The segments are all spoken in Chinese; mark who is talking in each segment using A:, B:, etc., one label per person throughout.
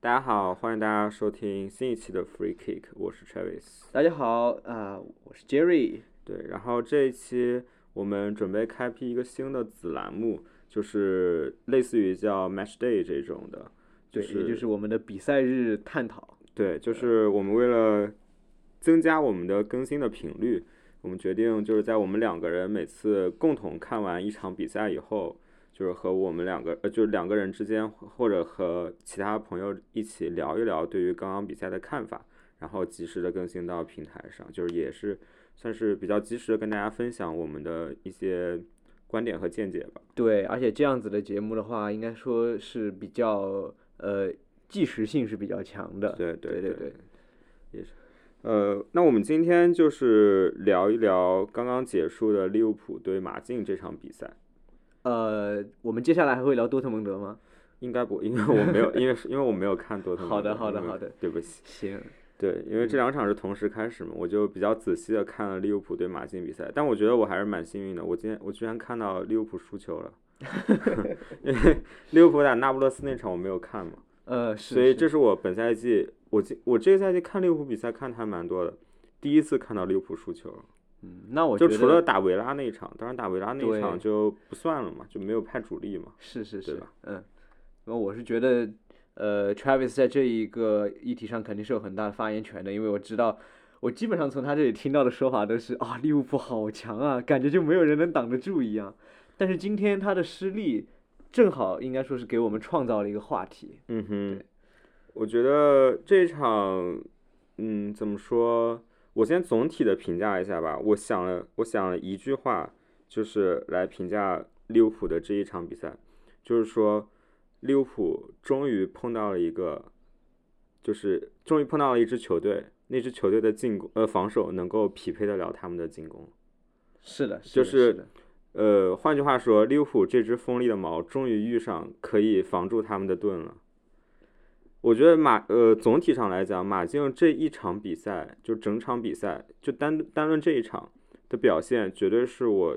A: 大家好，欢迎大家收听新一期的 Free Kick，我是 Travis。
B: 大家好，啊、我是 Jerry。
A: 对，然后这一期我们准备开辟一个新的子栏目，就是类似于叫 Match Day 这种的，就
B: 对，
A: 是
B: 也就是我们的比赛日探讨。
A: 对，就是我们为了增加我们的更新的频率，我们决定就是在我们两个人每次共同看完一场比赛以后，就是和我们两个呃，就是两个人之间或者和其他朋友一起聊一聊对于刚刚比赛的看法，然后及时的更新到平台上，就是也是算是比较及时的跟大家分享我们的一些观点和见解吧。
B: 对，而且这样子的节目的话，应该说是比较呃即时性是比较强的。
A: 对
B: 对
A: 对
B: 对，
A: 也是。呃，那我们今天就是聊一聊刚刚结束的利物浦对马竞这场比赛。
B: 呃，我们接下来还会聊多特蒙德吗？
A: 应该不，因为我没有，因为是因为我没有看多特蒙
B: 好的
A: 德
B: 好的
A: 因为
B: 好的
A: 对不起。
B: 行，
A: 对，因为这两场是同时开始嘛，我就比较仔细的看了利物浦对马竞比赛，但我觉得我还是蛮幸运的，我今天我居然看到利物浦输球了， 因为利物浦打那不勒斯那场我没有看嘛，
B: 呃，是
A: 所以
B: 是
A: 这是我本赛季我今我这个赛季看利物浦比赛看的还蛮多的，第一次看到利物浦输球了。
B: 嗯，那我
A: 就
B: 觉
A: 除
B: 得
A: 了打维拉那一场，当然打维拉那一场
B: 对
A: 就不算了嘛，就没有派主力嘛。
B: 是是
A: 对
B: 是
A: 吧，
B: 嗯，那我是觉得，呃，Travis 在这一个议题上肯定是有很大的发言权的，因为我知道，我基本上从他这里听到的说法都是啊，利物浦好强啊，感觉就没有人能挡得住一样。但是今天他的失利，正好应该说是给我们创造了一个话题。
A: 嗯哼
B: 对，
A: 我觉得这场，嗯，怎么说？我先总体的评价一下吧。我想了，我想了一句话，就是来评价利物浦的这一场比赛，就是说，利物浦终于碰到了一个，就是终于碰到了一支球队，那支球队的进攻呃防守能够匹配得了他们的进攻。
B: 是的，
A: 就是
B: 的是
A: 是
B: 的
A: 呃，换句话说，利物浦这只锋利的矛终于遇上可以防住他们的盾了。我觉得马呃，总体上来讲，马竞这一场比赛，就整场比赛，就单单论这一场的表现，绝对是我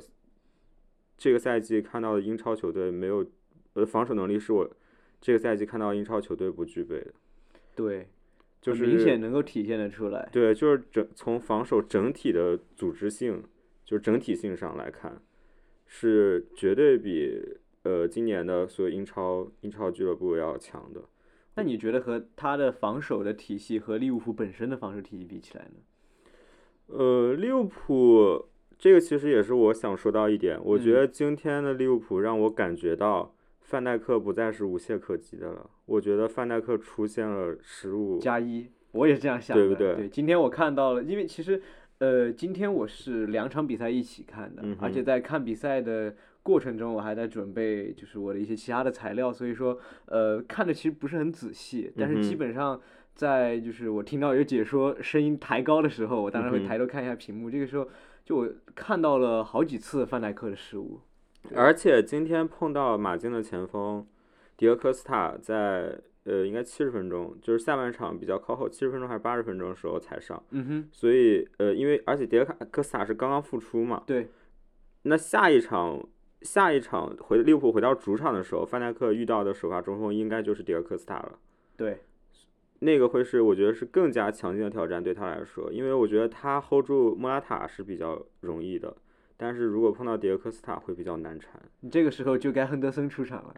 A: 这个赛季看到的英超球队没有，呃，防守能力是我这个赛季看到英超球队不具备的，
B: 对，
A: 就
B: 很
A: 是
B: 明显能够体现得出来。
A: 对，就是整从防守整体的组织性，就是整体性上来看，是绝对比呃今年的所有英超英超俱乐部要强的。
B: 那你觉得和他的防守的体系和利物浦本身的防守体系比起来呢？
A: 呃，利物浦这个其实也是我想说到一点，我觉
B: 嗯
A: 得今天的利物浦让我感觉到范戴克不再是无懈可击的了。我觉得范戴克出现了失误，
B: 加一，我也是这样想的。
A: 对不对
B: 对，今天我看到了，因为其实呃，今天我是两场比赛一起看的，
A: 嗯
B: 而且
A: 哼
B: 在看比赛的过程中，我还在准备就是我的一些其他的材料，所以说呃，看的其实不是很仔细，但是
A: 嗯
B: 基
A: 哼
B: 本上。在就是我听到有解说声音抬高的时候，我当然
A: 嗯
B: 会
A: 哼
B: 抬头看一下屏幕。这个时候，就我看到了好几次范戴克的失误。
A: 而且今天碰到马竞的前锋迪俄科斯塔在呃，应该七十分钟，就是下半场比较靠后，七十分钟还是八十分钟的时候才上，
B: 嗯哼，
A: 所以呃，因为而且迪俄科斯塔是刚刚复出嘛，
B: 对，
A: 那下一场下一场回利物浦回到主场的时候，范戴克遇到的首发中锋应该就是迪俄科斯塔了。
B: 对，
A: 那个会是我觉得是更加强劲的挑战对他来说，因为我觉得他 hold 住莫拉塔是比较容易的，但是如果碰到迪俄科斯塔会比较难缠。
B: 你这个时候就该亨德森出场了。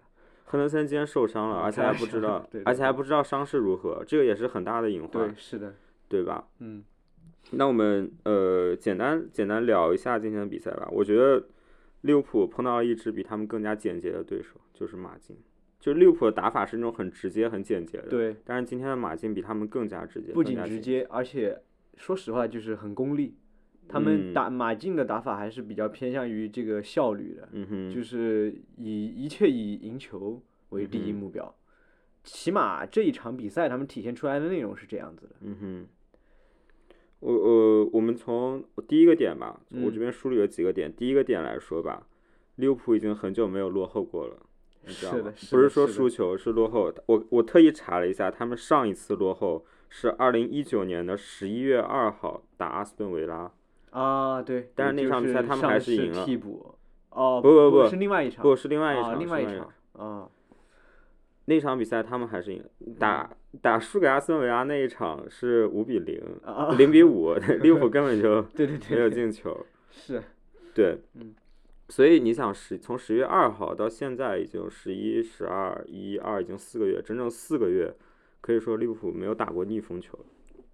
A: 亨德森今天受伤了，
B: 嗯
A: 而且
B: 开
A: 还
B: 玩
A: 不知
B: 笑
A: 道
B: 对，对
A: 而且还
B: 对
A: 不知道伤势如何，这个也是很大的隐
B: 对
A: 患，，
B: 是的，
A: 对吧？
B: 嗯，
A: 那我们呃，简单简单聊一下今天的比赛吧。我觉得利物浦碰到了一支比他们更加简洁的对手，就是马竞。就利物浦的打法是那种很直接、很简洁的，。
B: 对。
A: 但是今天的马竞比他们更加直接，
B: 不
A: 更
B: 仅
A: 加
B: 直
A: 简
B: 接，而且说实话就是很功利。他们
A: 嗯
B: 打马竞的打法还是比较偏向于这个效率的，
A: 嗯哼，
B: 就是以一切以赢球为第一
A: 嗯哼
B: 目标。起码这一场比赛他们体现出来的内容是这样子的。
A: 嗯哼，我呃我我们从第一个点吧，我这
B: 嗯
A: 边梳理了几个点。第一个点来说吧，利物浦已经很久没有落后过了，你知道
B: 是
A: 吗
B: 的？是
A: 不是
B: 的
A: 说
B: 是的
A: 输球是落后，我我特意查了一下，他们上一次落后是二零一九年的十一月二号打阿斯顿维拉，
B: 啊，对，
A: 但是那
B: 就
A: 场比赛他们
B: 上
A: 还是
B: 是
A: 赢了
B: 替补，哦，
A: 不不不
B: 是另外一场，
A: 不是另外一
B: 啊
A: 场，
B: 另
A: 是
B: 外一
A: 一
B: 场啊，
A: 那场比赛他们还是赢，
B: 嗯
A: 打打输给阿斯顿维拉那一场是五比零
B: 啊，
A: 零比五， 利物浦根本就
B: 对对对，
A: 没有
B: 对
A: 进球。
B: 是，
A: 对，
B: 嗯
A: 所以你想十从十月二号到现在已经十一、十二、一二已经四个月，整整四个月，可以说利物浦没有打过逆风球，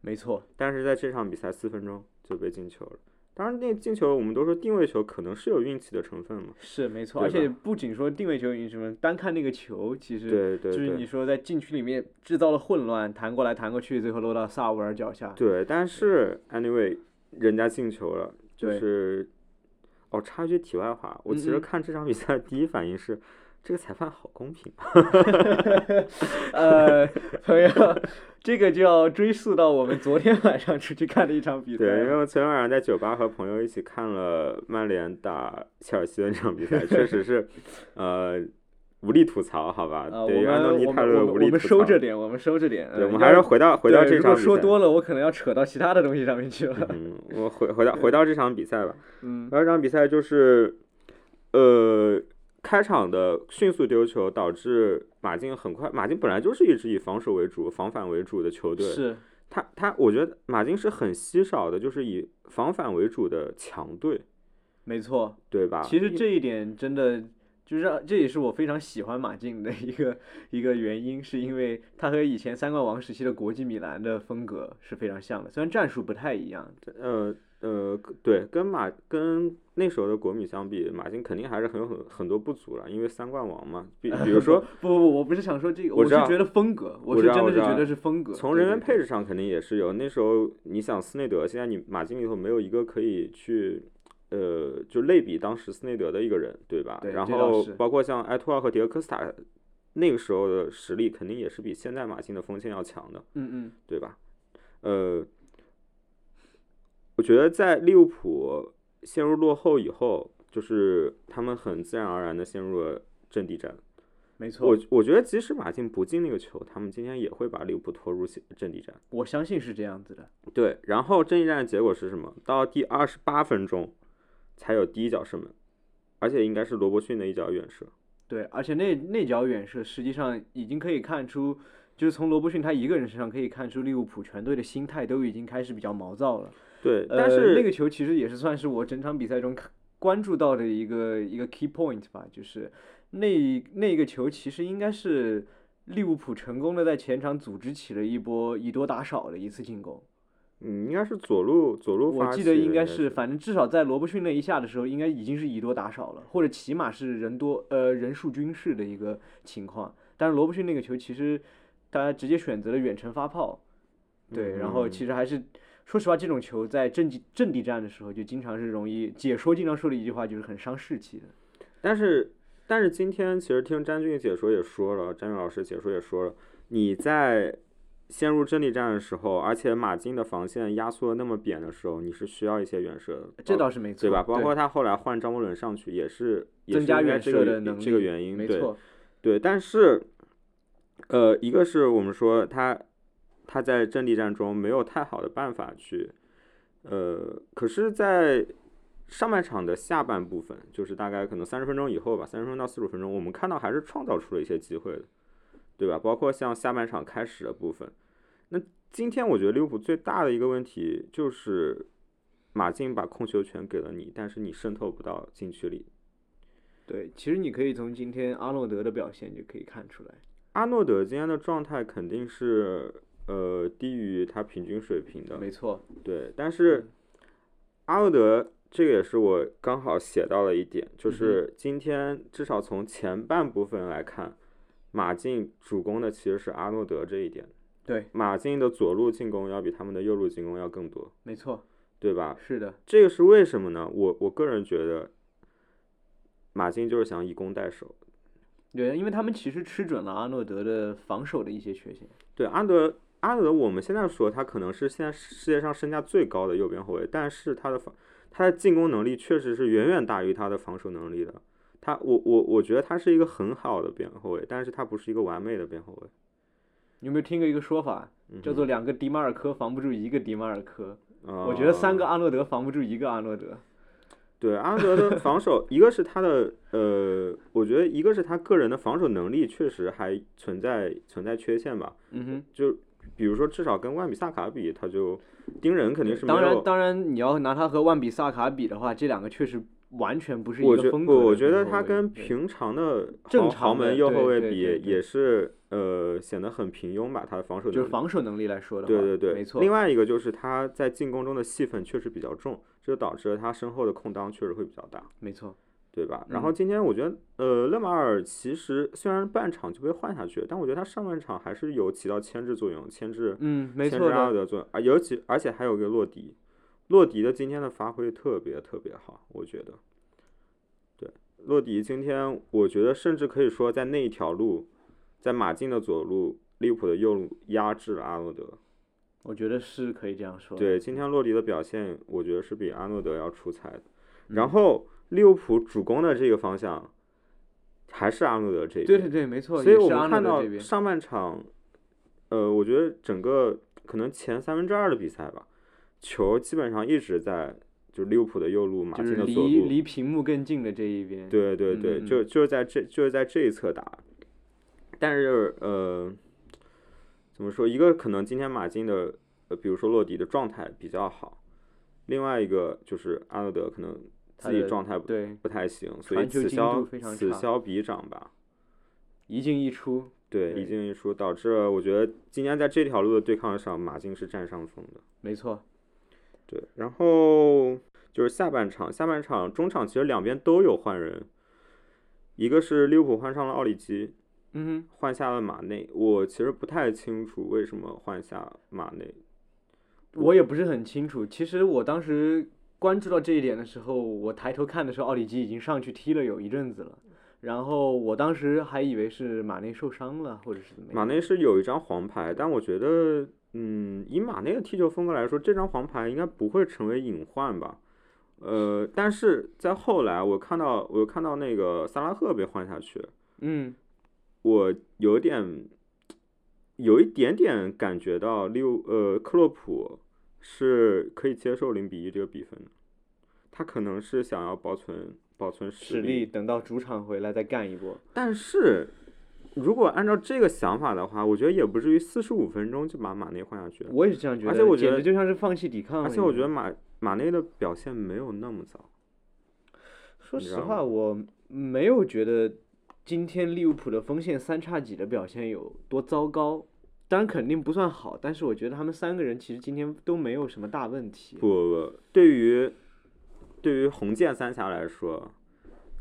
B: 没错，
A: 但是在这场比赛四分钟就被进球了。当然，那进球我们都说定位球可能是有运气的成分嘛。
B: 是没错，
A: 对
B: 而且
A: 吧
B: 不仅说定位球赢什么，单看那个球，其实
A: 对对
B: 就是你
A: 对
B: 说在禁区里面制造了混乱，弹过来弹过去，最后落到萨维尔脚下，
A: 对，但是 anyway，人家进球了，就
B: 对
A: 是哦，插一句题外话，我其
B: 嗯
A: 实
B: 嗯
A: 看这场比赛第一反应是。这个裁判好公平啊！
B: 呃，朋友， 这个就要追溯到我们昨天晚上出去看的一场比赛
A: 对，因为
B: 了，
A: 我昨天晚上在酒吧和朋友一起看了曼联打切尔西的那场比赛，确 实是，呃，无力吐槽，好吧？
B: 啊，我
A: 对于安
B: 们
A: 东尼
B: 我
A: 泰
B: 们
A: 勒
B: 我
A: 无
B: 们
A: 力
B: 我
A: 吐
B: 们
A: 槽。
B: 收着点，我们收着点，
A: 对，
B: 呃
A: 我们
B: 要
A: 还是回到回到
B: 对
A: 这
B: 如果
A: 场比
B: 说
A: 赛。
B: 多了，我可能要扯到其他的东西上面去 了。
A: 嗯，我回回到回到这场比赛吧。
B: 嗯，
A: 然后这场比赛就是，呃，开场的迅速丢球导致马竞很快，马竞本来就是一支以防守为主、防反为主的球队，
B: 是，
A: 他他我觉得马竞是很稀少的，就是以防反为主的强队，
B: 没错。
A: 对吧？
B: 其实
A: 啊因
B: 这一点真的就是让这也是我非常喜欢马竞的一个一个原因，是因为他和以前三冠王时期的国际米兰的风格是非常像的，虽然战术不太一样。
A: 呃呃，跟对，跟马跟那时候的国米相比，马竞肯定还是很有很很多不足了，因为三冠王嘛， 比比如说
B: 不不不，我不是想说这个，
A: 我
B: 是
A: 知道
B: 觉得风格，我
A: 我
B: 是
A: 知道
B: 真的
A: 我
B: 是
A: 知道
B: 觉得是风格。
A: 从
B: 对
A: 人员
B: 对
A: 配置上肯定也是有。那时候你想斯内德，现在你马竞里头没有一个可以去，呃，就类比当时斯内德的一个人，对吧？
B: 对
A: 然
B: 这倒
A: 后
B: 是
A: 包括像埃托奥和迭戈科斯塔，那个时候的实力肯定也是比现在马竞的锋线要强的，
B: 嗯嗯，
A: 对吧？呃，我觉得在利物浦陷入落后以后，就是他们很自然而然的陷入了阵地战。
B: 没错，
A: 我
B: 我
A: 我觉得即使马竞不进那个球，他们今天也会把利物浦拖入陷阵地战。
B: 我相信是这样子的。
A: 对，然后这一战的结果是什么？到第二十八分钟才有第一脚射门，而且应该是罗伯逊的一脚远射。
B: 对，而且那那脚远射实际上已经可以看出，就是从罗伯逊他一个人身上可以看出利物浦全队的心态都已经开始比较毛躁了。
A: 对，但
B: 呃、
A: 是、
B: 那个球其实也是算是我整场比赛中看关注到的一个一个 key point 吧，就是那那个球其实应该是利物浦成功的在前场组织起了一波以多打少的一次进攻。
A: 嗯，应该是左路左路
B: 我
A: 发
B: 记
A: 起
B: 得
A: 的
B: 应该
A: 是
B: 是，反正至少在罗伯逊那一下的时候，应该已经是以多打少了，或者起码是人多呃人数均势的一个情况。但是罗伯逊那个球其实他直接选择了远程发炮，对，然后
A: 嗯
B: 其实还是说实话，这种球在阵地阵地战的时候就经常是容易解说经常说的一句话就是很伤士气的。
A: 但是但是今天其实听詹俊解说也说了，詹俊老师解说也说了，你在陷入阵地战的时候，而且马竞的防线压缩得那么扁的时候，你是需要一些远射的。
B: 这
A: 包
B: 倒是没错，
A: 哦对吧？包括他后来换张伯伦上去，也是也
B: 增
A: 是
B: 加
A: 因为
B: 远
A: 这
B: 射
A: 个
B: 的
A: 原
B: 能力，
A: 这个原因，
B: 没
A: 对
B: 错，
A: 对。但是，呃，一个是我们说他他在阵地战中没有太好的办法去，呃，可是，在上半场的下半部分，就是大概可能三十分钟以后吧，三十分钟到四十分钟，我们看到还是创造出了一些机会的，对吧？包括像下半场开始的部分，那今天我觉得利物浦最大的一个问题就是。马竞把控球权给了你，但是你渗透不到禁区里。
B: 对。其实你可以从今天阿诺德的表现就可以看出来。
A: 阿诺德今天的状态肯定是呃低于他平均水平的，
B: 没错，
A: 对，但是阿诺德这个也是我刚好写到了一点，就
B: 嗯哼
A: 是今天至少从前半部分来看，马竞主攻的其实是阿诺德这一点，
B: 对，
A: 马竞的左路进攻要比他们的右路进攻要更多，
B: 没错，
A: 对吧？
B: 是的。
A: 这个是为什么呢？我我个人觉得，马竞就是想以攻代守。
B: 对，因为他们其实吃准了阿诺德的防守的一些缺陷。
A: 对，阿德阿德，我们现在说他可能是现在世界上身价最高的右边后卫，但是他的防他的进攻能力确实是远远大于他的防守能力的。他我我我觉得他是一个很好的边后卫，但是他不是一个完美的边后卫。
B: 你有没有听过一个说法，
A: 嗯
B: 叫做两个迪马尔科防不住一个迪马尔科？
A: 哼
B: 我觉得三个
A: 呃
B: 阿诺德防不住一个阿诺德。
A: 对阿德的防守，一个是他的呃，我觉得一个是他个人的防守能力确实还存在存在缺陷吧。
B: 嗯哼，
A: 就比如说，至少跟万比萨卡比，他就盯人肯定是没
B: 当然
A: 有。
B: 当然，你要拿他和万比萨卡比的话，这两个确实完全不是一
A: 我
B: 个
A: 觉
B: 风格
A: 我
B: 的
A: 我觉
B: 中
A: 得
B: 后
A: 他
B: 卫
A: 跟
B: 对
A: 平常的豪
B: 正
A: 豪
B: 常的
A: 门右
B: 对
A: 后卫
B: 对
A: 比，
B: 对对
A: 也是呃显得很平庸吧，他的防守
B: 就
A: 能
B: 是
A: 力。
B: 防守能力来说的话，
A: 对对对，
B: 没错。
A: 另外一个就是他在进攻中的戏份确实比较重，这就导致了他身后的空当确实会比较大，
B: 没错，
A: 对吧？然
B: 嗯
A: 后今天我觉得，呃，勒马尔其实虽然半场就被换下去，但我觉得他上半场还是有起到牵制作用，牵制
B: 嗯，没
A: 牵
B: 错
A: 制阿尔
B: 的，
A: 德作用，啊，尤其而且还有一个洛迪，洛迪的今天的发挥特别特别好，我觉得。对，洛迪今天我觉得甚至可以说在那一条路，在马竞的左路，利物浦的右路压制了阿诺德。
B: 我觉得是可以这样说的。
A: 对，今天洛迪的表现，我觉得是比阿诺德要出彩的。
B: 嗯
A: 然后利物浦主攻的这个方向，还是阿诺德这一边。
B: 对对对，没错，
A: 所以
B: 也
A: 我
B: 是阿
A: 们
B: 诺
A: 看
B: 德
A: 到
B: 这边，
A: 上半场，呃，我觉得整个可能前三分之二的比赛吧，球基本上一直在就是利物浦的右路，马
B: 就
A: 竞
B: 是
A: 的左
B: 离
A: 路，
B: 离屏幕更近的这一边。
A: 对对
B: 嗯
A: 对，
B: 嗯
A: 就就是在这就是在这一侧打，但是呃，怎么说？一个可能今天马竞的呃，比如说洛迪的状态比较好，另外一个就是阿诺德可能
B: 他
A: 自己
B: 的
A: 状态不
B: 对，
A: 不太行，所以
B: 传球
A: 此
B: 精
A: 消
B: 度非常
A: 此
B: 差
A: 消彼长吧。
B: 一进一出，
A: 对，
B: 对
A: 一进一出，导致了我觉得今天在这条路的对抗上，马竞是占上风的。
B: 没错，
A: 对，然后就是下半场，下半场中场其实两边都有换人，一个是利物浦换上了奥里吉，
B: 嗯哼，
A: 换下了马内。我其实不太清楚为什么换下马内。
B: 我也不是很清楚。其实我当时关注到这一点的时候，我抬头看的时候，奥里吉已经上去踢了有一阵子了。然后我当时还以为是马内受伤了，或者是怎么
A: 马
B: 样。
A: 内是有一张黄牌，但我觉得，嗯，以马内的踢球风格来说，这张黄牌应该不会成为隐患吧。呃，但是在后来，我看到我看到那个萨拉赫被换下去，
B: 嗯，
A: 我有点，有一点点感觉到六呃克洛普是可以接受零比一这个比分的，他可能是想要保存保存
B: 实
A: 实
B: 力等到主场回来再干一波。
A: 但是如果按照这个想法的话，我觉得也不至于四十五分钟就把马内换下去，
B: 我也是这样觉得，
A: 而且我觉
B: 简
A: 得
B: 直就像是放弃抵抗了一
A: 而
B: 样。
A: 且我觉得马马内的表现没有那么糟，
B: 说
A: 你知
B: 实
A: 道
B: 话，
A: 吗
B: 我没有觉得今天利物浦的锋线三叉戟的表现有多糟糕，当然肯定不算好，但是我觉得他们三个人其实今天都没有什么大问题。
A: 不不不，对于对于红箭三峡来说，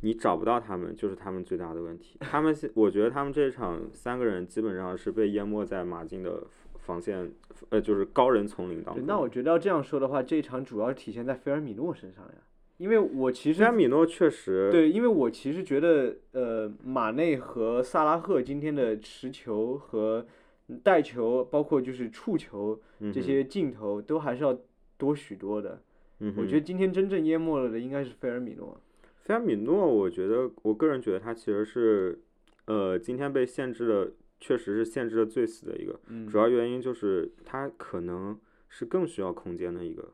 A: 你找不到他们就是他们最大的问题。他们现我觉得他们这场三个人基本上是被淹没在马竞的防线，呃，就是高人丛林当
B: 对
A: 中。
B: 那我觉得要这样说的话，这一场主要体现在菲尔米诺身上呀，因为我其
A: 虽
B: 实
A: 然米诺确实
B: 对，因为我其实觉得，呃，马内和萨拉赫今天的持球和带球，包括就是触球
A: 嗯
B: 这
A: 哼
B: 些镜头，都还是要多许多的。
A: 嗯
B: 我
A: 哼
B: 觉得今天真正淹没了的应该是菲尔米诺。
A: 菲尔米诺，我觉得我个人觉得他其实是，呃，今天被限制的确实是限制的最死的一个，
B: 嗯
A: 主要原因就是他可能是更需要空间的一个，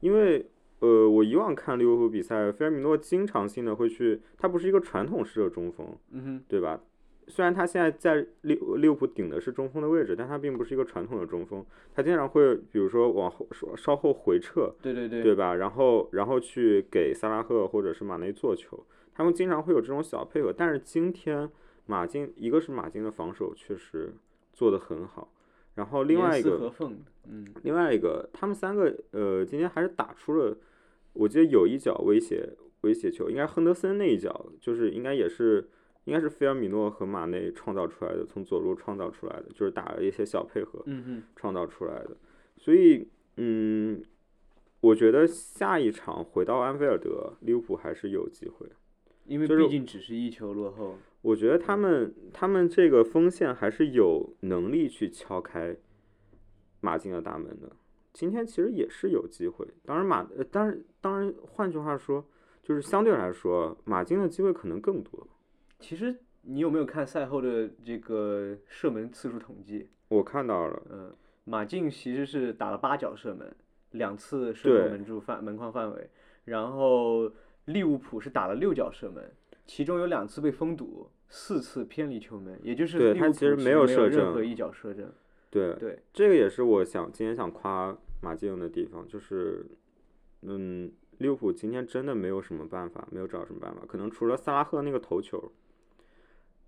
A: 因为呃，我以往看利物浦比赛，菲尔米诺经常性的会去，他不是一个传统式的中锋，
B: 嗯哼，
A: 对吧？虽然他现在在利利物浦顶的是中锋的位置，但他并不是一个传统的中锋，他经常会比如说往后稍稍后回撤，
B: 对对对，
A: 对吧？然后然后去给萨拉赫或者是马内做球，他们经常会有这种小配合。但是今天马竞，一个是马竞的防守确实做得很好，然后另
B: 严
A: 外一
B: 丝
A: 个
B: 合缝，嗯，
A: 另外一个，他们三个呃，今天还是打出了，我记得有一脚威胁威胁球，应该是亨德森那一脚，就是应该也是应该是菲尔米诺和马内创造出来的，从左路创造出来的，就是打了一些小配合，
B: 嗯哼，
A: 创造出来的。所以，嗯，我觉得下一场回到安菲尔德，利物浦还是有机会。
B: 因为
A: 就是
B: 毕竟只是一球落后。
A: 我觉得他们他们这个锋线还是有能力去敲开马竞的大门的。今天其实也是有机会，当然马，呃当然当然，换句话说，就是相对来说，马竞的机会可能更多。
B: 其实你有没有看赛后的这个射门次数统计？
A: 我看到了，
B: 嗯，马竞其实是打了八脚射门，两次射入
A: 对
B: 门柱范门框范围，然后利物浦是打了六脚射门，其中有两次被封堵，四次偏离球门，也就是
A: 对
B: 利
A: 他
B: 物浦
A: 其实没
B: 有
A: 有射
B: 任
A: 正
B: 何一脚射正。
A: 对，
B: 对，
A: 这个也是我想今天想夸马竞的地方，就是，嗯，利物浦今天真的没有什么办法，没有找什么办法，可能除了萨拉赫那个头球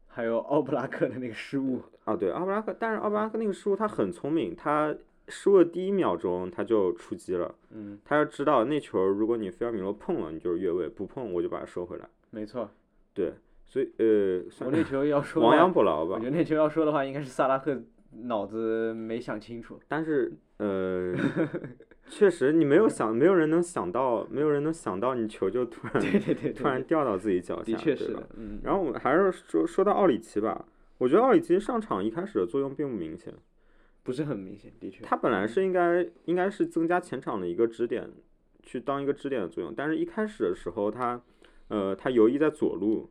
B: 还有奥布拉克的那个失误，
A: 啊，对，奥布拉克，但是奥布拉克那个失误他很聪明，他失误的第一秒钟他就出击了，
B: 嗯，
A: 他要知道那球如果你菲尔米罗碰了，你就是越位，不碰我就把它收回来，
B: 没 错，
A: 对，所以呃，
B: 我
A: 算
B: 那球要说的
A: 亡
B: 话
A: 羊补牢
B: 我
A: 吧
B: 觉，得那球要说的话，应该是萨拉赫脑子没想 清楚。
A: 但是 呃。确实，你没
B: 嗯
A: 有想，没有人能想到，没有人能想到你球就突 然
B: 对对对对，
A: 突然掉到自己脚下，
B: 的确
A: 对
B: 是
A: 吧
B: 的，嗯，
A: 然后我们还是说说到奥里奇吧，我觉得奥里奇上场一开始的作用并不明显，
B: 不是很明显，的确。
A: 他本来是应该应该是增加前场的一个支点，去当一个支点的作用，但是一开始的时候他，呃，他游移在左路，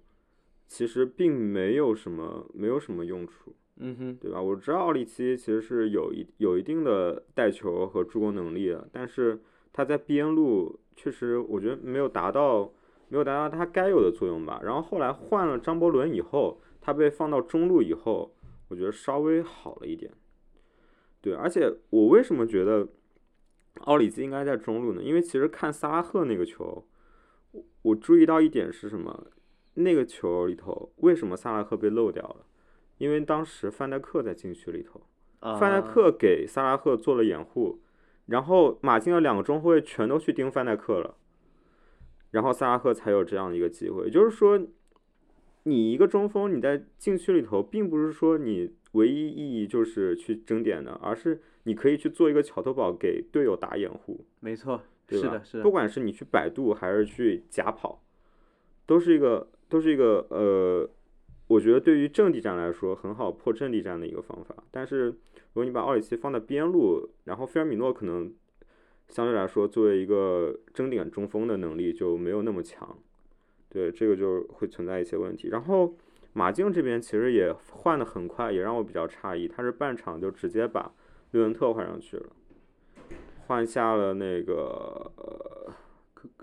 A: 其实并没有什么没有什么用处，
B: 嗯哼，
A: 对吧？我知道奥里奇其实是有一有一定的带球和助攻能力的，但是他在边路确实我觉得没有达到没有达到他该有的作用吧。然后后来换了张伯伦以后，他被放到中路以后，我觉得稍微好了一点。对，而且我为什么觉得奥里奇应该在中路呢？因为其实看萨拉赫那个球，我我注意到一点是什么？那个球里头为什么萨拉赫被漏掉了？因为当时范戴克在禁区里头，
B: 啊
A: 范戴克给萨拉赫做了掩护，然后马竞的两个中后卫全都去盯范戴克了，然后萨拉赫才有这样的一个机会。也就是说，你一个中锋你在禁区里头，并不是说你唯一意义就是去争点的，而是你可以去做一个桥头堡给队友打掩护，
B: 没错，
A: 对
B: 是
A: 吧？
B: 的，是
A: 不
B: 的，
A: 管是你去摆渡还是去假跑，都是一个都是一个呃，我觉得对于阵地战来说很好破阵地战的一个方法。但是如果你把奥里奇放在边路，然后菲尔米诺可能相对来说作为一个争点中锋的能力就没有那么强，对这个就会存在一些问题。然后马竞这边其实也换的很快，也让我比较诧异，他是半场就直接把略文特换上去了。换下了那个、呃、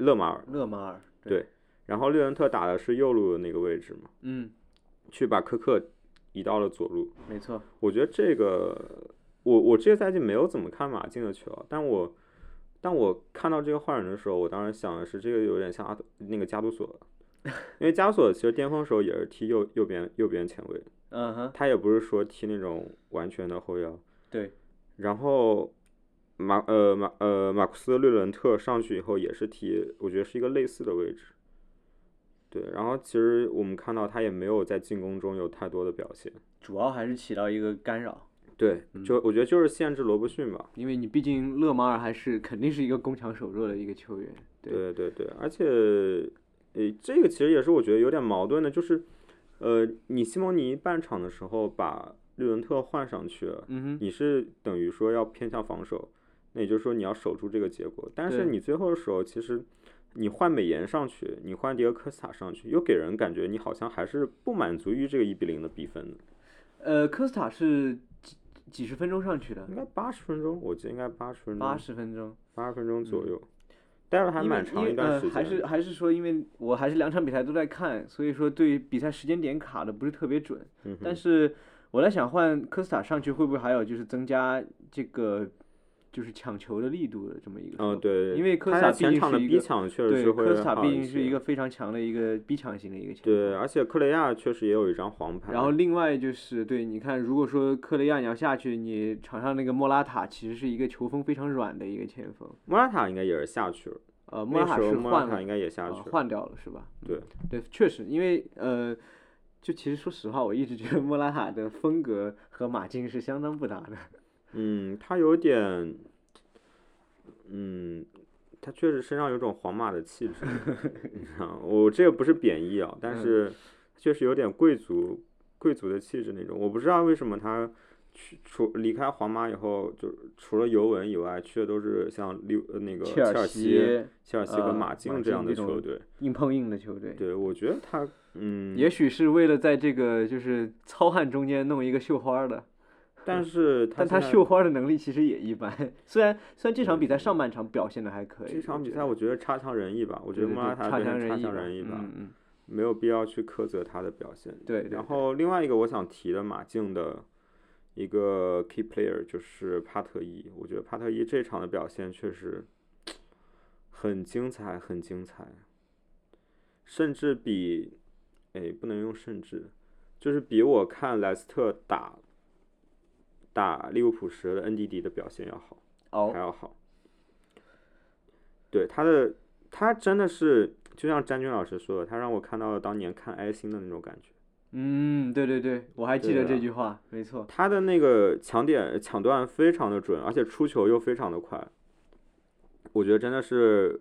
A: 勒马尔，
B: 勒马尔，
A: 对然后略文特打的是右路的那个位置嘛，
B: 嗯，
A: 去把科克移到了左路。
B: 没错，
A: 我觉得这个，我我这个赛季没有怎么看马竞的球，啊但我但我看到这个换人的时候，我当时想的是这个有点像阿那个加图索， 因为加图索其实巅峰时候也是踢右右边右边前卫，
B: 嗯哼，
A: 他也不是说踢那种完全的后腰。
B: 对。
A: 然后马呃马呃马库斯略伦特上去以后也是踢，我觉得是一个类似的位置。对，然后其实我们看到他也没有在进攻中有太多的表现。
B: 主要还是起到一个干扰，
A: 对，
B: 嗯
A: 就我觉得就是限制罗伯逊吧。
B: 因为你毕竟勒马尔还是肯定是一个攻强守弱的一个球员，对，
A: 对对对，而且呃，这个其实也是我觉得有点矛盾的，就是呃，你西蒙尼半场的时候把略伦特换上去了，
B: 嗯哼，
A: 你是等于说要偏向防守，那也就是说你要守住这个结果。但是
B: 对
A: 你最后的时候，其实你换美颜上去，你换迪戈科斯塔上去，又给人感觉你好像还是不满足于这个一比零的比分的。
B: 呃，科斯塔是几几十分钟上去的
A: 应，该八十分钟，我记得应该八十分钟，
B: 八十分钟，
A: 八十分钟左右，待了还
B: 因为
A: 蛮
B: 因
A: 长
B: 为
A: 一段时
B: 呃、还是
A: 间。
B: 还是说，因为我还是两场比赛都在看，所以说对比赛时间点卡的不是特别准。
A: 嗯
B: 但
A: 哼，
B: 是我在想，换科斯塔上去会不会还有就是增加这个就是抢球的力度的这么一个说
A: 嗯，
B: 法？
A: 对，
B: 因为科斯
A: 他
B: 塔
A: 在
B: 毕
A: 前
B: 竟
A: 场的
B: 是一
A: 逼
B: 个
A: 抢确实
B: 哦对，
A: 是会
B: 科斯塔
A: 好
B: 毕
A: 一
B: 竟是一
A: 些
B: 个非常强的一个逼抢型的一个前
A: 对，
B: 锋。
A: 而且克雷亚确实也有一张黄牌。
B: 然后另外就是对，你看，如果说克雷亚你要下去，你场上那个莫拉塔其实是一个球风非常软的一个前锋，
A: 莫拉塔应该也是下去了，
B: 呃，莫拉
A: 那
B: 塔
A: 时候
B: 是
A: 莫拉
B: 换了
A: 塔应该也下
B: 啊
A: 去了。
B: 换掉了是吧？
A: 对
B: 嗯对，确实，因为呃，就其实说实话，我一直觉得莫拉塔的风格和马竞是相当不搭的。
A: 嗯，他有点，嗯，他确实身上有种皇马的 气质，你知道吗我这个不是贬义啊，但
B: 嗯
A: 是确实有点贵族贵族的气质那种。我不知道为什么他去除离开皇马以后，就是除了尤文以外，去的都是像利呃那个
B: 切
A: 切尔西、
B: 西
A: 切尔西和
B: 呃
A: 马
B: 马
A: 竞这样
B: 竞
A: 的
B: 这种
A: 球队。
B: 硬碰硬的球队，
A: 对，我觉得他嗯，
B: 也许是为了在这个就是糙汉中间弄一个绣花儿的，
A: 但是他
B: 但他
A: 现在
B: 绣花儿的能力其实也一般。 虽然虽然这场比赛
A: 对
B: 上半场表现的还可以，
A: 这场
B: 我
A: 比
B: 觉
A: 赛
B: 得
A: 我觉得差强人意吧，我觉
B: 对
A: 得
B: 对
A: 莫拉
B: 对
A: 塔
B: 差
A: 真
B: 强
A: 是差
B: 人意
A: 强
B: 吧
A: 人意吧
B: 嗯，嗯，
A: 没有必要去苛责他的表现。
B: 对对对
A: 然后另外一个我想提的马竞的一个 key player 就是帕特伊，我觉得帕特伊这场的表现确实很精彩，很精彩，甚至比哎不能用甚至，就是比我看莱斯特打打利物浦时的 NDD 的表现要好。还
B: 哦，
A: 要好。对他的，他真的是就像詹军老师说的，他让我看到了当年看埃星的那种感觉。
B: 嗯，对对对，我还记
A: 对
B: 得这
A: 的
B: 句话，没错，
A: 他的那个抢点抢断非常的准，而且出球又非常的快，我觉得真的是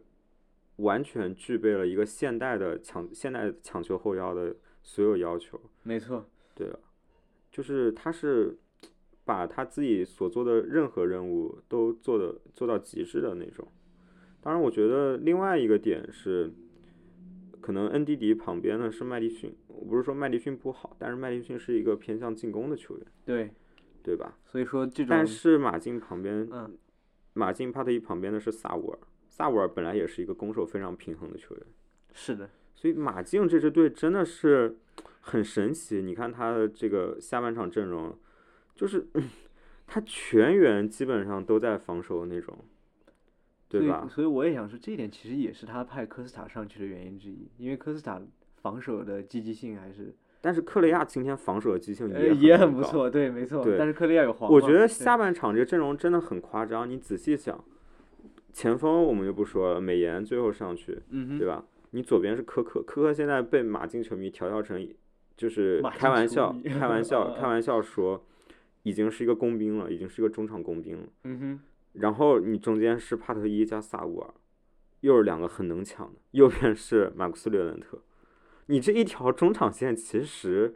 A: 完全具备了一个现代的抢现代抢球后腰的所有要求。
B: 没错，
A: 对的，就是他是把他自己所做的任何任务都做的做到极致的那种。当然，我觉得另外一个点是，可能恩迪迪旁边呢是麦迪逊，我不是说麦迪逊不好，但是麦迪逊是一个偏向进攻的球员，
B: 对，
A: 对吧？
B: 所以说这种
A: 但是马竞旁边，
B: 嗯，
A: 马竞帕特伊旁边的是萨乌尔，萨乌尔本来也是一个攻守非常平衡的球员。
B: 是的，
A: 所以马竞这支队真的是很神奇。你看他的这个下半场阵容，就是嗯他全员基本上都在防守那种，对
B: 所以
A: 吧？
B: 所以我也想说，这一点其实也是他派科斯塔上去的原因之一，因为科斯塔防守的积极性还是
A: 但是克雷亚今天防守的积极性
B: 呃也
A: 很
B: 很不
A: 高。
B: 错，对，没错，
A: 对
B: 但是克利亚有黄嘛，
A: 我觉得
B: 对
A: 下半场这阵容真的很夸张。你仔细想，前锋我们就不说了，美颜最后上去，
B: 嗯
A: 对
B: 哼，
A: 吧？你左边是科克，科克现在被马竞球迷调教成，就是
B: 马
A: 开
B: 竞
A: 玩
B: 球
A: 笑
B: 迷，
A: 开 玩笑，
B: 啊
A: 开玩笑说，已经是一个工兵了，已经是一个中场工兵了。
B: 嗯哼，
A: 然后你中间是帕特伊加萨乌尔，又是两个很能抢的，右边是马库斯略伦特。你这一条中场线其实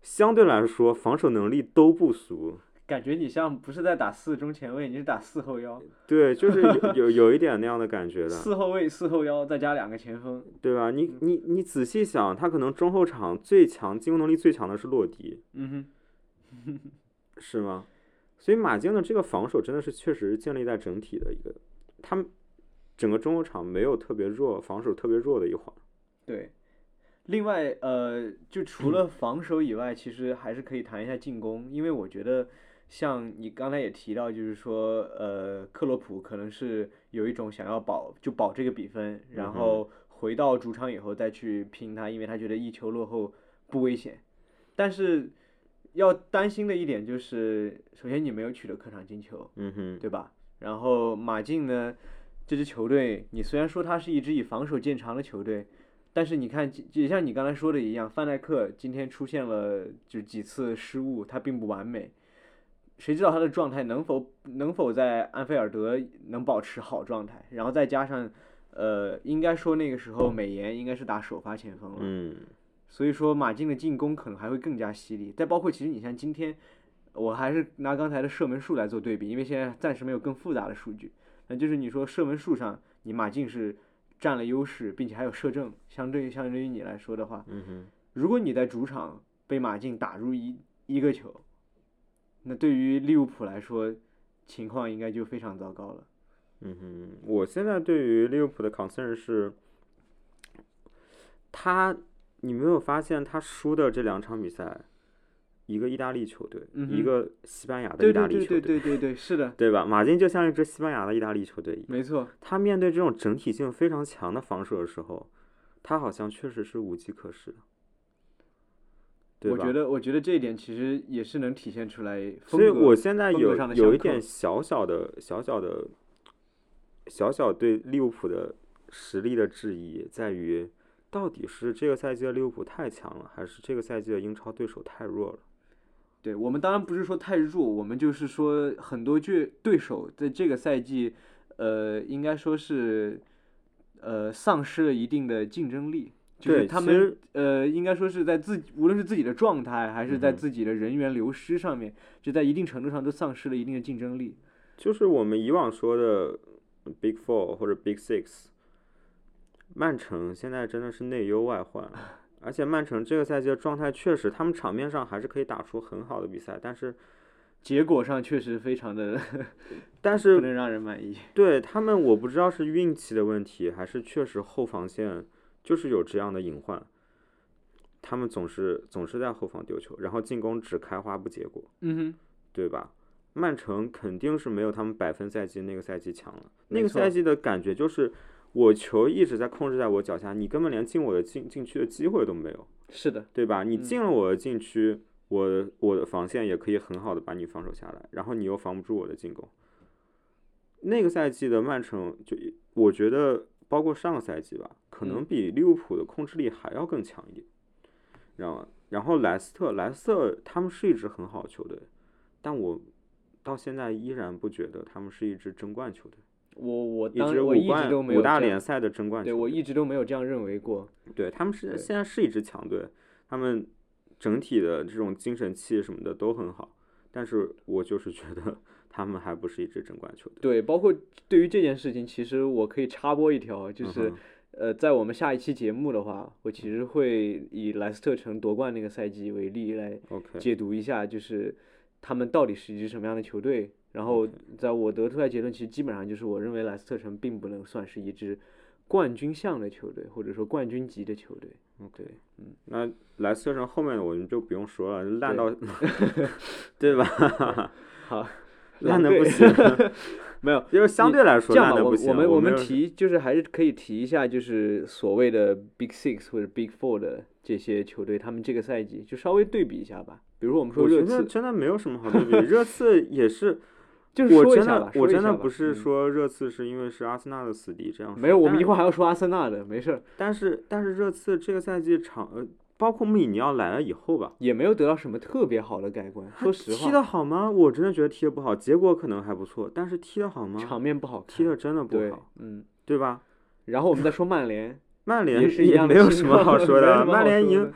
A: 相对来说防守能力都不俗，
B: 感觉你像不是在打四中前卫，你是打四后腰，
A: 对，就是有有有一点那样的感 觉的。
B: 四后卫、四后腰，再加两个前锋，
A: 对吧？你
B: 嗯
A: 你你仔细想，他可能中后场最强进攻能力最强的是洛迪，
B: 嗯哼，
A: 是吗？所以马竞的这个防守真的是确实是建立在整体的一个，他们整个中后场没有特别弱，防守特别弱的一环。
B: 对。另外，呃，就除了防守以外，其实还是可以谈一下进攻，因为我觉得像你刚才也提到，就是说，呃，克洛普可能是有一种想要保就保这个比分，
A: 嗯
B: 然
A: 哼
B: 后回到主场以后再去拼他，因为他觉得一球落后不危险。但是要担心的一点就是，首先你没有取得客场进球，
A: 嗯哼，
B: 对吧？然后马竞呢，这支球队，你虽然说它是一支以防守见长的球队，但是你看，也像你刚才说的一样，范戴克今天出现了就几次失误，他并不完美。谁知道他的状态能否能否在安菲尔德能保持好状态？然后再加上，呃，应该说那个时候美颜应该是打首发前锋了，
A: 嗯，
B: 所以说马竞的进攻可能还会更加犀利。再包括其实你像今天，我还是拿刚才的射门数来做对比，因为现在暂时没有更复杂的数据。那就是你说射门数上，你马竞是占了优势，并且还有射正，相对于相对于你来说的话，
A: 嗯哼，
B: 如果你在主场被马竞打入一一个球，那对于利物浦来说，情况应该就非常糟糕了。
A: 嗯哼。我现在对于利物浦的 concern 是，他，你没有发现他输的这两场比赛，一个意大利球队，
B: 嗯
A: 一
B: 哼
A: 个西班牙的
B: 对
A: 意大
B: 对
A: 利球
B: 对
A: 队，
B: 对对对对，是的，
A: 对吧？马竞就像一支西班牙的意大利球队一样。
B: 没错，
A: 他面对这种整体性非常强的防守的时候，他好像确实是无计可施的，对
B: 我
A: 吧？
B: 觉得我觉得这一点其实也是能体现出来风
A: 所以
B: 格。
A: 我现在
B: 风
A: 有
B: 格上的
A: 有一
B: 相克
A: 点小小的、小小的、小小对利物浦的实力的质疑，在于到底是这个赛季的利物浦太强了，还是这个赛季的英超对手太弱了？
B: 对我们当然不是说太弱，我们就是说很多对对手在这个赛季，呃，应该说是，呃，丧失了一定的竞争力。就是
A: 对
B: 他
A: 其
B: 们
A: 实
B: 呃，应该说是在自己无论是自己的状态，还是在
A: 嗯哼
B: 自己的人员流失上面，就在一定程度上都丧失了一定的竞争力。
A: 就是我们以往说的 Big Four 或者 Big Six，曼城现在真的是内忧外患，而且曼城这个赛季的状态确实，他们场面上还是可以打出很好的比赛，但是
B: 结果上确实非常的
A: 但
B: 不
A: 是
B: 能让人满意。
A: 对他们，我不知道是运气的问题，还是确实后防线就是有这样的隐患，他们总是总是在后方丢球，然后进攻只开花不结果。
B: 嗯哼，
A: 对吧？曼城肯定是没有他们百分赛季那个赛季强了。
B: 没
A: 那个
B: 错
A: 赛季的感觉就是，我球一直在控制在我脚下，你根本连进我的禁禁区的机会都没有，
B: 是的，
A: 对吧？你
B: 嗯
A: 进了我的禁区，我的我的防线也可以很好的把你防守下来，然后你又防不住我的进攻。那个赛季的曼城，就我觉得包括上个赛季吧，可能
B: 嗯
A: 比利物浦的控制力还要更强一点，然后然后莱斯特，莱斯特他们是一支很好的球队，但我到现在依然不觉得他们是一支争冠球队，
B: 我我
A: 一
B: 当
A: 支
B: 我
A: 五
B: 一直都
A: 冠
B: 没有
A: 五大
B: 这样
A: 联赛的争冠球
B: 对
A: 队。
B: 我一直都没有这样认为过。
A: 对他们是
B: 对
A: 现在是一支强队，他们整体的这种精神气什么的都很好，但是我就是觉得 他们还不是一支争冠球队。
B: 对，包括对于这件事情，其实我可以插播一条，就
A: 嗯
B: 是、
A: 哼
B: 呃，在我们下一期节目的话，我其实会以莱斯特城夺冠那个赛季为例来
A: OK，
B: 解读一下，就是他们到底是一支什么样的球队。然后
A: OK，
B: 在我得出来结论，其实基本上就是我认为莱斯特城并不能算是一支冠军项的球队，或者说冠军级的球队。对，嗯，
A: 那莱斯特城后面的我们就不用说了，烂
B: 对
A: 到对吧？
B: 好，
A: 烂的
B: 对
A: 不行，
B: 没有，
A: 就是相对来
B: 这
A: 说
B: 样
A: 烂
B: 吧，
A: 的
B: 我
A: 不
B: 们
A: 行。
B: 我们我
A: 没
B: 们
A: 有
B: 提就是还是可以提一下，就是所谓的 Big Six 或者 Big Four 的这些球队，他们这个赛季就稍微对比一下吧。比如说我们说
A: 我
B: 热
A: 觉得
B: 刺，
A: 真的没有什么好对比，热刺也是，
B: 就是
A: 我
B: 说一
A: 真
B: 下
A: 的
B: 吧，
A: 我
B: 说一
A: 真的
B: 下吧
A: 不是
B: 嗯
A: 说热刺是因为是阿森纳的死敌这样说，
B: 没有，我们
A: 但
B: 一会儿还要说阿森纳的，没事儿，
A: 但是但是热刺这个赛季场呃，包括穆里尼奥来了以后吧，
B: 也没有得到什么特别好的改观。说实
A: 踢
B: 话，
A: 得好吗？我真的觉得踢得不好，结果可能还不错，但是踢得好吗？
B: 场面不好看，
A: 踢得真的不
B: 对
A: 好，，
B: 嗯。
A: 对吧？
B: 然后我们再说曼联，
A: 曼联
B: 也是一样的
A: 没有
B: 情
A: 什么好
B: 况
A: 说
B: 没什
A: 的，啊
B: 么
A: 曼
B: 好
A: 联
B: 说
A: 赢
B: 的，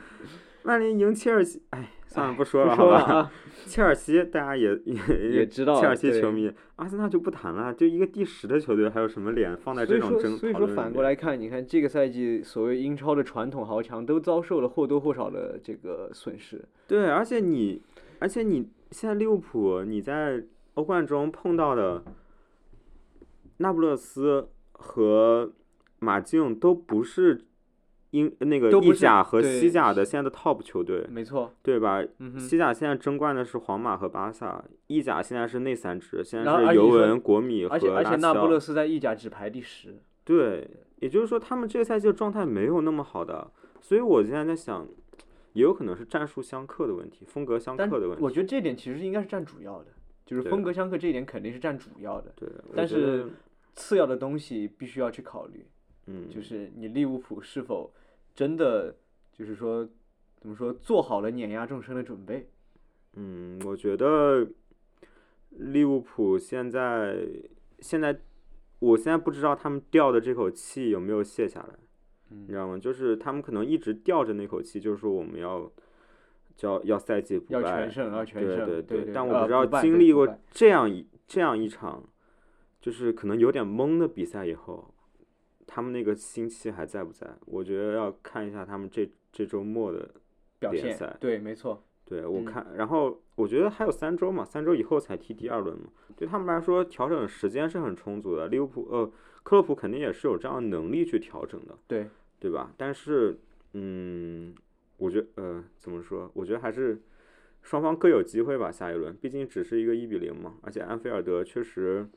A: 曼联赢切尔西，哎，算了，不说
B: 不
A: 了，好
B: 说了
A: 吧？
B: 啊，
A: 切尔西大家也也
B: 也知道
A: 切
B: 了
A: 尔西球
B: 对
A: 迷，阿森纳就不谈了，就一个第十的球队，还有什么脸放在
B: 所
A: 这
B: 以
A: 种
B: 说，
A: 争
B: 所以
A: 讨
B: 说
A: 论里
B: 反过
A: 面
B: 来看，你看这个赛季所谓英超的传统豪强都遭受了或多或少的这个损失。
A: 对，而且你，而且你现在利物浦你在欧冠中碰到的那不勒斯和马竞都不是英那个
B: 都不
A: 意
B: 是
A: 甲和西
B: 对
A: 甲的现在的 top 球队，
B: 没错，
A: 对吧？
B: 嗯哼，
A: 西甲现在争冠的是皇马和巴萨，意甲现在是那三支，现
B: 然后
A: 在
B: 而
A: 是
B: 且
A: 尤
B: 你说
A: 文、国米和
B: 而且而且
A: 拉齐
B: 那不
A: 奥
B: 勒斯在意甲只排第十，
A: 对，也就是说他们这个赛季的状态没有那么好的，所以我现在在想，也有可能是战术相克的问题，风格相
B: 但
A: 克的问题。
B: 我觉得这点其实应该是占主要的，就是
A: 对
B: 风格相克这一点肯定是占主要的，
A: 对，我
B: 但
A: 觉
B: 是
A: 得
B: 次要的东西必须要去考虑，
A: 嗯，
B: 就是你利物浦是否真的就是说怎么说做好了碾压众生的准备。
A: 嗯，我觉得利物浦现在现在，我现在不知道他们吊的这口气有没有泄下来，你知
B: 嗯，
A: 道吗？就是他们可能一直吊着那口气，就是说我们要叫要赛季不
B: 要
A: 败，
B: 全胜，要全
A: 对
B: 胜，
A: 对
B: 对
A: 但
B: 对
A: 我
B: 呃
A: 不知道
B: 败
A: 经
B: 对
A: 历
B: 不
A: 过
B: 败
A: 这样一这样一场，就是可能有点懵的比赛以后，他们那个心气还在不在？我觉得要看一下他们这这周末的
B: 表
A: 联
B: 现
A: 赛，
B: 对，没错，
A: 对，我
B: 嗯
A: 看，然后我觉得还有三周嘛，三周以后才踢第二轮嘛，对他们来说调整时间是很充足的。利物浦呃，克洛普肯定也是有这样的能力去调整的，
B: 对，
A: 对吧？但是，嗯，我觉得呃怎么说？我觉得还是双方各有机会吧。下一轮毕竟只是一个一比零嘛，而且安菲尔德确实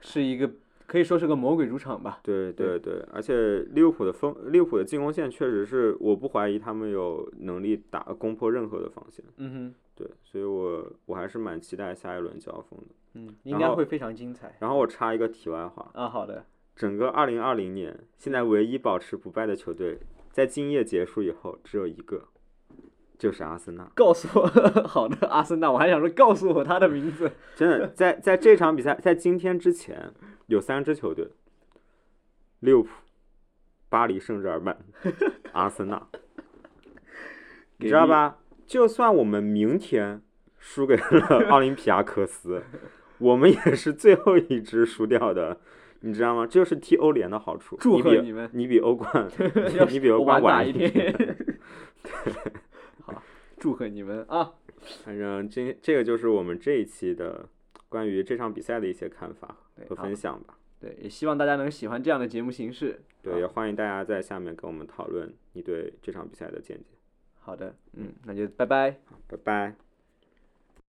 B: 是一个可以说是个魔鬼主场吧。
A: 对对
B: 对
A: 对，而且利物浦的锋利物浦的进攻线确实是我不怀疑他们有能力打攻破任何的防线。
B: 嗯哼，
A: 对，所以我我还是蛮期待下一轮交锋的。
B: 嗯，应
A: 然
B: 该
A: 后
B: 会非常精彩。
A: 然后我插一个题外话，
B: 啊，好的，
A: 整个二零二零年，现在唯一保持不败的球队，在今夜结束以后只有一个，就是阿森纳。
B: 告诉我， 好的，阿森纳，我还想说告诉我他的名 字。
A: 真的，在在这场比赛，在今天之前，有三支球队：利物浦、巴黎圣日耳曼、阿森纳，你
B: 给
A: 知道
B: 力？
A: 吧？就算我们明天输给了奥林匹亚科 斯，我们也是最后一支输掉的，你知道吗？这就是踢欧联的好处。
B: 祝
A: 你
B: 贺
A: 比
B: 你们！
A: 你比欧 冠
B: 要，
A: 你比欧
B: 我
A: 冠
B: 晚打
A: 晚
B: 一
A: 点。
B: 天。好，祝贺你们啊！
A: 反正这这个就是我们这一期的关于这场比赛的一些看法
B: 对
A: 和
B: 好
A: 分享吧。
B: 对，也希望大家能喜欢这样的节目形式。
A: 对，也欢迎大家在下面跟我们讨论你对这场比赛的见解。
B: 好的，嗯，那就拜拜。
A: 拜拜。